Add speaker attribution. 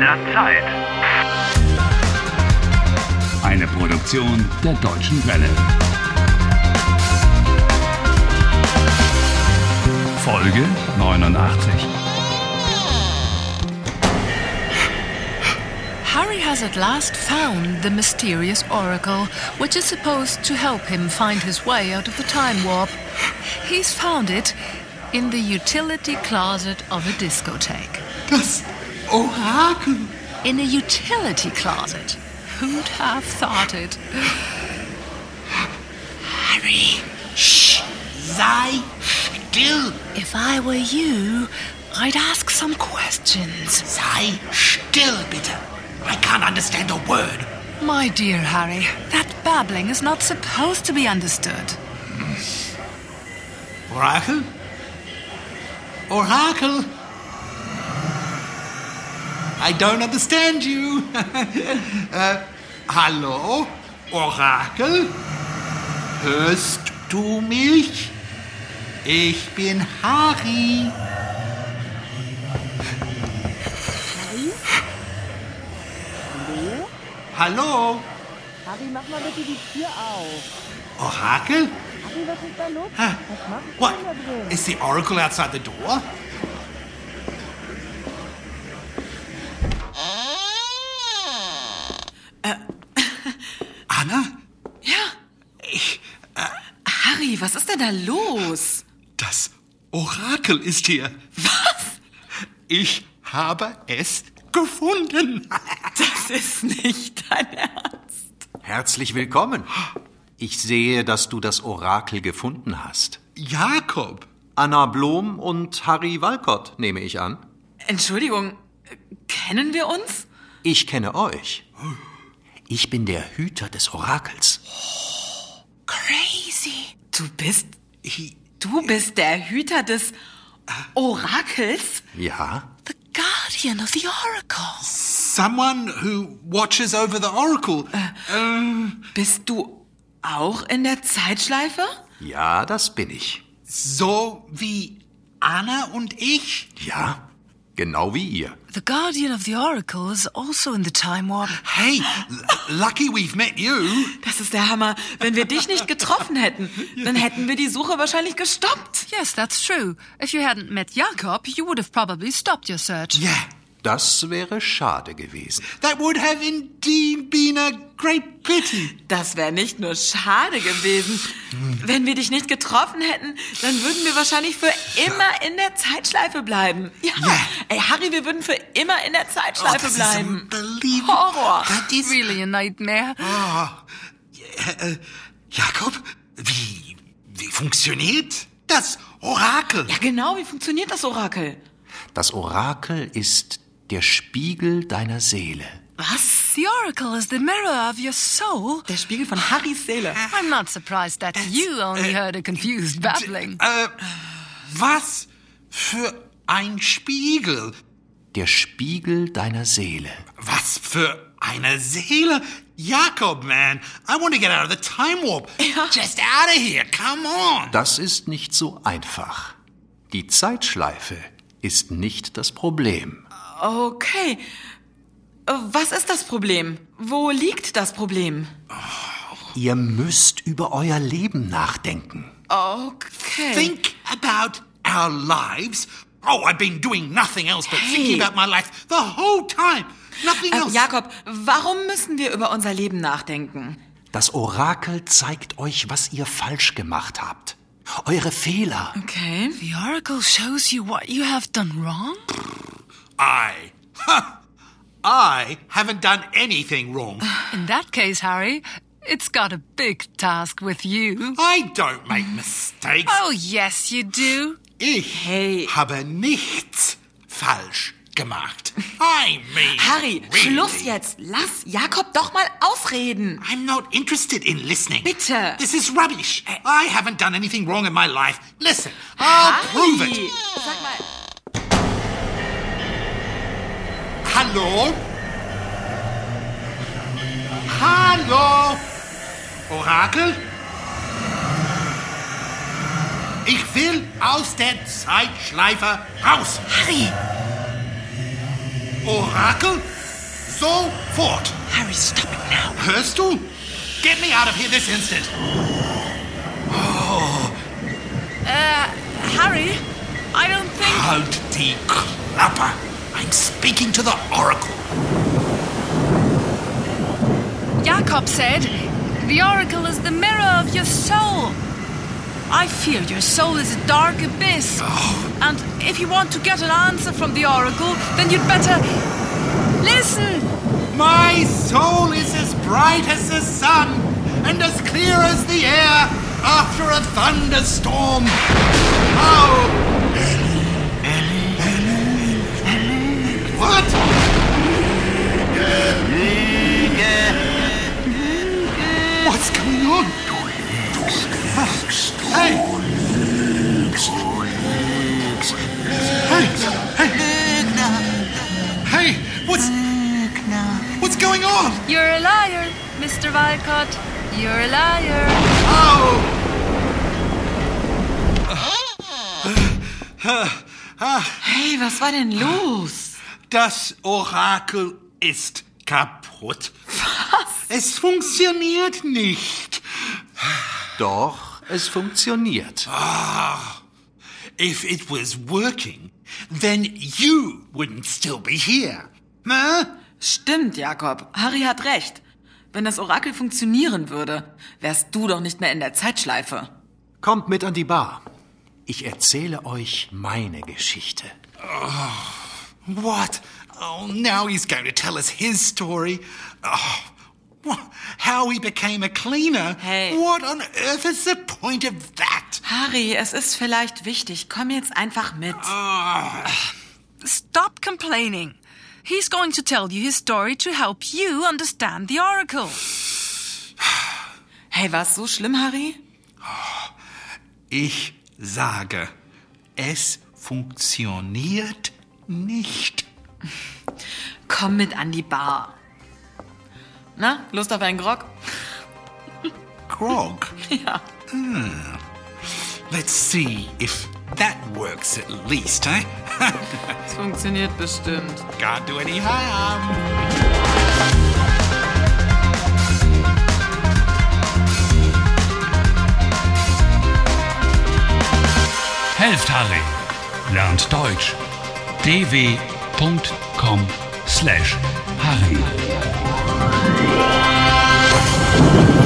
Speaker 1: der Zeit.
Speaker 2: Eine Produktion der Deutschen Welle. Folge 89.
Speaker 3: Harry has at last found the mysterious oracle, which is supposed to help him find his way out of the time warp. He's found it in the utility closet of a discotheque.
Speaker 4: Das Orakel.
Speaker 3: In a utility closet? Who'd have thought it?
Speaker 4: Harry. Shh. Sei still.
Speaker 3: If I were you, I'd ask some questions.
Speaker 4: Sei still, bitte. I can't understand a word.
Speaker 3: My dear Harry, that babbling is not supposed to be understood.
Speaker 4: Orakel? Orakel? I don't understand you. äh, hallo? Orakel? Hörst du mich? Ich bin Harry.
Speaker 5: Leo?
Speaker 4: Hallo?
Speaker 5: Harry, mach mal bitte die Tür auf.
Speaker 4: Orakel?
Speaker 5: Harry, was ist da los?
Speaker 4: Huh?
Speaker 5: Was machst
Speaker 4: What?
Speaker 5: du denn da drin?
Speaker 4: Is the Oracle outside the door? Anna?
Speaker 6: Ja. Harry, was ist denn da los?
Speaker 4: Das Orakel ist hier.
Speaker 6: Was?
Speaker 4: Ich habe es gefunden.
Speaker 6: Das ist nicht dein Ernst.
Speaker 7: Herzlich willkommen. Ich sehe, dass du das Orakel gefunden hast.
Speaker 4: Jakob.
Speaker 7: Anna Blom und Harry Walcott, nehme ich an.
Speaker 6: Entschuldigung, äh, kennen wir uns?
Speaker 7: Ich kenne euch. Ich bin der Hüter des Orakels.
Speaker 6: Crazy. Du bist,
Speaker 4: Ich,
Speaker 6: du bist der Hüter des Orakels?
Speaker 7: Ja?
Speaker 3: The guardian of the oracle.
Speaker 4: someone who watches over the Oracle.
Speaker 6: Bist du auch in der Zeitschleife?
Speaker 7: Ja, das bin ich.
Speaker 4: So wie Anna und ich.
Speaker 7: Ja? Genau wie ihr.
Speaker 3: The guardian of the oracle is also in the time warp.
Speaker 4: Hey, l- lucky we've met you.
Speaker 6: Das ist der Hammer. Wenn wir dich nicht getroffen hätten, dann hätten wir die Suche wahrscheinlich gestoppt.
Speaker 3: Yes, that's true. If you hadn't met Jakob, you would have probably stopped your search.
Speaker 4: Yeah.
Speaker 7: Das wäre schade gewesen.
Speaker 4: That would have indeed been a great pity.
Speaker 6: Das wäre nicht nur schade gewesen. Wenn wir dich nicht getroffen hätten, dann würden wir wahrscheinlich für immer in der Zeitschleife bleiben. Ja. Oh,
Speaker 4: Ja.
Speaker 6: Ey, Harry, wir würden für immer in der Zeitschleife
Speaker 4: this is
Speaker 6: bleiben.
Speaker 4: unbelievable.
Speaker 6: Horror.
Speaker 4: That is
Speaker 3: Really a nightmare.
Speaker 4: Äh, äh, Jakob, wie, wie funktioniert das Orakel?
Speaker 6: Ja, genau. Wie funktioniert das Orakel?
Speaker 7: Das Orakel ist der Spiegel deiner Seele.
Speaker 6: Was?
Speaker 3: The oracle is the mirror of your soul.
Speaker 6: Der Spiegel von Harrys Seele.
Speaker 3: I'm not surprised that you only heard a confused babbling.
Speaker 4: Äh, was für ein Spiegel?
Speaker 7: Der Spiegel deiner Seele.
Speaker 4: Was für eine Seele? Jakob, man, I want to get out of the time warp. Just out of here, come on.
Speaker 7: Das ist nicht so einfach. Die Zeitschleife ist nicht das Problem.
Speaker 6: Okay. Äh, Was ist das Problem? Wo liegt das Problem?
Speaker 7: Ihr müsst über euer Leben nachdenken.
Speaker 6: Okay.
Speaker 4: Think about our lives. Oh, I've been doing nothing else but thinking about my life the whole time. Nothing
Speaker 6: Äh,
Speaker 4: else.
Speaker 6: Jakob, warum müssen wir über unser Leben nachdenken?
Speaker 7: Das Orakel zeigt euch, was ihr falsch gemacht habt. Eure Fehler.
Speaker 6: Okay.
Speaker 3: The oracle shows you what you have done wrong?
Speaker 4: I. Ha! I haven't done anything wrong.
Speaker 3: In that case, Harry, it's got a big task with you.
Speaker 4: I don't make mistakes.
Speaker 3: Oh, yes, you do.
Speaker 4: Ich
Speaker 6: Hey.
Speaker 4: habe nichts falsch gemacht. I mean.
Speaker 6: Harry,
Speaker 4: really.
Speaker 6: Schluss jetzt. Lass Jakob doch mal ausreden.
Speaker 4: I'm not interested in listening.
Speaker 6: Bitte.
Speaker 4: This is rubbish. I haven't done anything wrong in my life. Listen, I'll prove
Speaker 6: Harry,
Speaker 4: it.
Speaker 6: Sag mal,
Speaker 4: Hallo? Hallo? Orakel? Ich will aus der Zeitschleife raus.
Speaker 6: Harry.
Speaker 4: Orakel? Sofort!
Speaker 6: Harry, stop it now.
Speaker 4: Hörst du? Get me out of here this instant!
Speaker 6: Harry, I don't think.
Speaker 4: Halt die Klappe! I'm speaking to the Oracle.
Speaker 3: Jakob said, The oracle is the mirror of your soul. I fear your soul is a dark abyss. And if you want to get an answer from the oracle, then you'd better. Listen!
Speaker 4: My soul is as bright as the sun and as clear as the air after a thunderstorm. Oh! What? What's going on? Hey! Hey! Hey! What's What's going on?
Speaker 3: You're a liar, Mr. Walcott. You're a liar.
Speaker 4: Oh!
Speaker 6: Hey, was war denn los?
Speaker 4: Das Orakel ist kaputt. Was? Es funktioniert nicht.
Speaker 7: Doch, es funktioniert.
Speaker 4: If it was working, then you wouldn't still be here. Huh?
Speaker 6: Stimmt, Jakob. Harry hat recht. Wenn das Orakel funktionieren würde, wärst du doch nicht mehr in der Zeitschleife.
Speaker 7: Kommt mit an die Bar. Ich erzähle euch meine Geschichte.
Speaker 4: What? Oh, now he's going to tell us his story. Oh, wha- how he became a cleaner.
Speaker 6: Hey.
Speaker 4: What on earth is the point of that?
Speaker 6: Harry, es ist vielleicht wichtig. Komm jetzt einfach mit.
Speaker 4: Ah.
Speaker 3: Stop complaining. He's going to tell you his story to help you understand the oracle.
Speaker 6: Hey, war's so schlimm, Harry?
Speaker 4: Ich sage, es funktioniert nicht.
Speaker 6: Komm mit an die Bar. Na, Lust auf einen Grog?
Speaker 4: Grog. Hmm.
Speaker 6: Ja.
Speaker 4: Let's see if that works at least, eh?
Speaker 6: Es funktioniert bestimmt.
Speaker 4: Can't do any harm.
Speaker 2: Helft Harry. Lernt Deutsch. dw.com/harry.